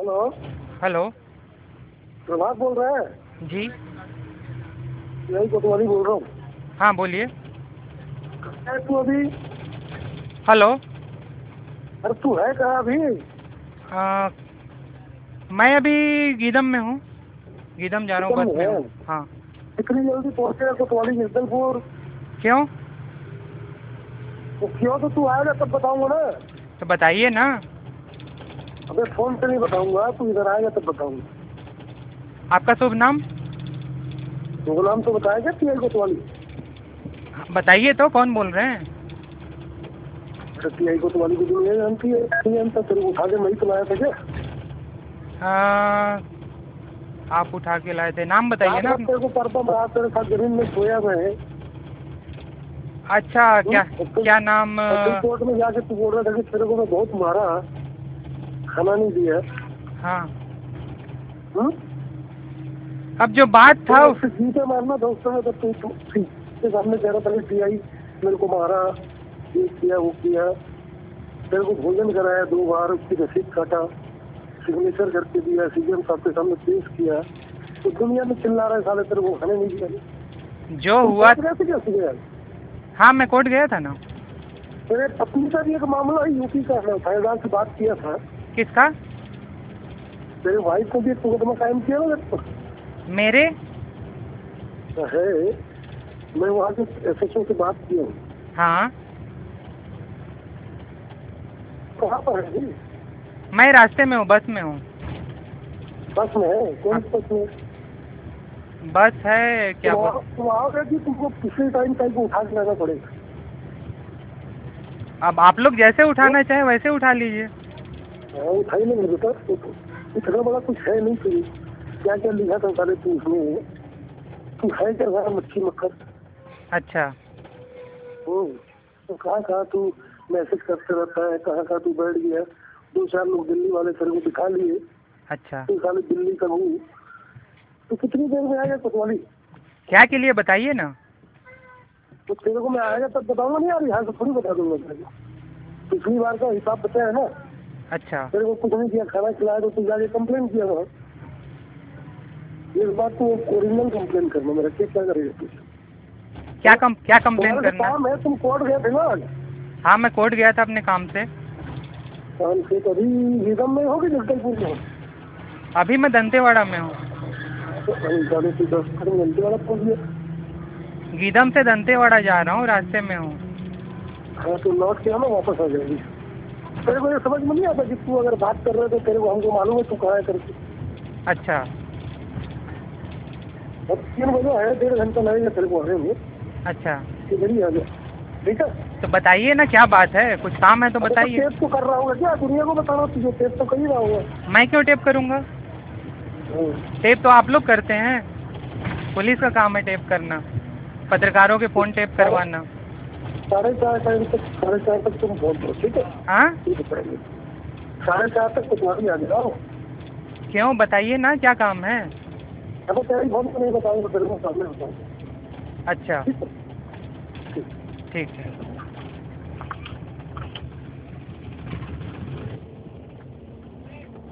Hello hello Prabhat बोल रहे हैं जी यही कोतवाली बोल रहा हूँ हाँ बोलिए कहाँ है तू अभी हेलो अरे तू है कहाँ अभी आ, मैं अभी गीदम में हूँ गीदम जा रहा हूँ गीदम बस में में हूँ हाँ इतनी जल्दी पहुँचेगा कोतवाली मिर्जलपुर क्यों तो क्यों तो तू आएगा तब बताऊंगा ना तो बताइए ना अबे फोन पे नहीं बताऊंगा तू इधर आएगा तब बताऊंगा आपका शुभ नाम तो गुलाम तो बताएगा पी आई कोतवाली हाँ, बताइए तो कौन बोल रहे हैं अरे पी आई कोतवाली को जो हम पी आई हम तक तेरे को उठा के मैं ही तो लाया था क्या आ, आप उठा के लाए थे नाम बताइए रात ना रात तेरे को पड़ता मैं तेरे साथ जमीन में सोया मैं अच्छा क्या उसको- क्या नाम आ, और तुम कोर्ट में जाके तू बोल रहा था कि तेरे को मैं बहुत मारा खाना नहीं दिया हाँ हम्म? अब जो बात था तो उससे जीते मारना दोस्तों में तो तू तू ठीक। उसके सामने कह रहा पहले पीआई मेरे को मारा ये किया वो किया मेरे को भोजन कराया दो बार उसकी रसीद काटा सिग्नेचर करके दिया सीएम साहब के सामने पेश किया तो दुनिया में चिल्ला रहा है साले तेरे को खाने नहीं दिया जो हुआ तेरे से क्या सीधे हाँ मैं कोर्ट गया था ना मेरे पत्नी का भी एक मामला है यूपी का मैं फायदा से बात किया था किसका मेरे वाइफ को भी एक मुकदमा कायम किया ना मेरे पर। मेरे है मैं वहाँ के एस से बात किया हूँ हाँ कहाँ पर है जी? मैं रास्ते में हूँ बस में हूँ बस में है कौन सी बस में बस है हाँ। क्या बोल तुम आओगे कि तुमको पिछले टाइम टाइम को उठा के लाना पड़ेगा अब आप लोग जैसे उठाना चाहे वैसे उठा लीजिए हाँ, उठा ही नहीं बेटा तो तो इतना बड़ा कुछ है नहीं तुझे क्या क्या लिखा था सारे तू उसमें तू है क्या सारा मच्छी मक्खर अच्छा हम्म, तो कहाँ कहाँ तू मैसेज करते रहता है कहाँ कहाँ तू बैठ गया दो चार लोग दिल्ली वाले सर को दिखा लिए अच्छा तू साले दिल्ली का हूँ तो कितनी देर में आएगा कोतवाली क्या के लिए बताइए ना तो तेरे को मैं आएगा तब बताऊंगा नहीं यार यहाँ से थोड़ी बता दूंगा तेरे को पिछली बार का हिसाब बताया है ना अच्छा तेरे को कुछ नहीं किया खाना खिलाया तो तू जाके कंप्लेन किया वहाँ इस बार तू ओरिजिनल कंप्लेन करना मेरा क्या क्या करेगा तू क्या कम क्या कंप्लेन तुम्हारा तो करना है? काम है तुम कोर्ट गए थे ना आज हाँ मैं कोर्ट गया था अपने काम से काम से तो अभी निगम में होगी जगदलपुर में अभी मैं दंतेवाड़ा में हूँ तो अरे जाने तू दस खत्म घंटे वाला पहुंच गया गीदम से दंतेवाड़ा जा रहा हूँ रास्ते में हूँ हाँ तो लौट के आना वापस आ जाएगी तेरे को ये समझ में नहीं आता कि तू अगर बात कर रहे तो तेरे को हमको मालूम है तू कहाँ है करके अच्छा अब तीन बजे है डेढ़ घंटा लगेगा तेरे को आने में अच्छा इधर ही आ जा ठीक है तो बताइए ना क्या बात है कुछ काम है तो बताइए टेप तो कर रहा होगा क्या दुनिया को बता रहा हूँ तुझे टेप तो कर ही रहा होगा मैं क्यों टेप करूँगा हाँ। टेप तो आप लोग करते हैं पुलिस का काम है टेप करना पत्रकारों के फोन टेप करवाना साढ़े चार टाइम तक साढ़े चार तक तुम फोन करो ठीक है हाँ ठीक है पहले साढ़े चार तक तो तुम्हारी आ जाओ क्यों बताइए ना क्या काम है अगर तेरी फोन को नहीं बताऊंगा तेरे को सामने बताऊंगा अच्छा ठीक है ठीक है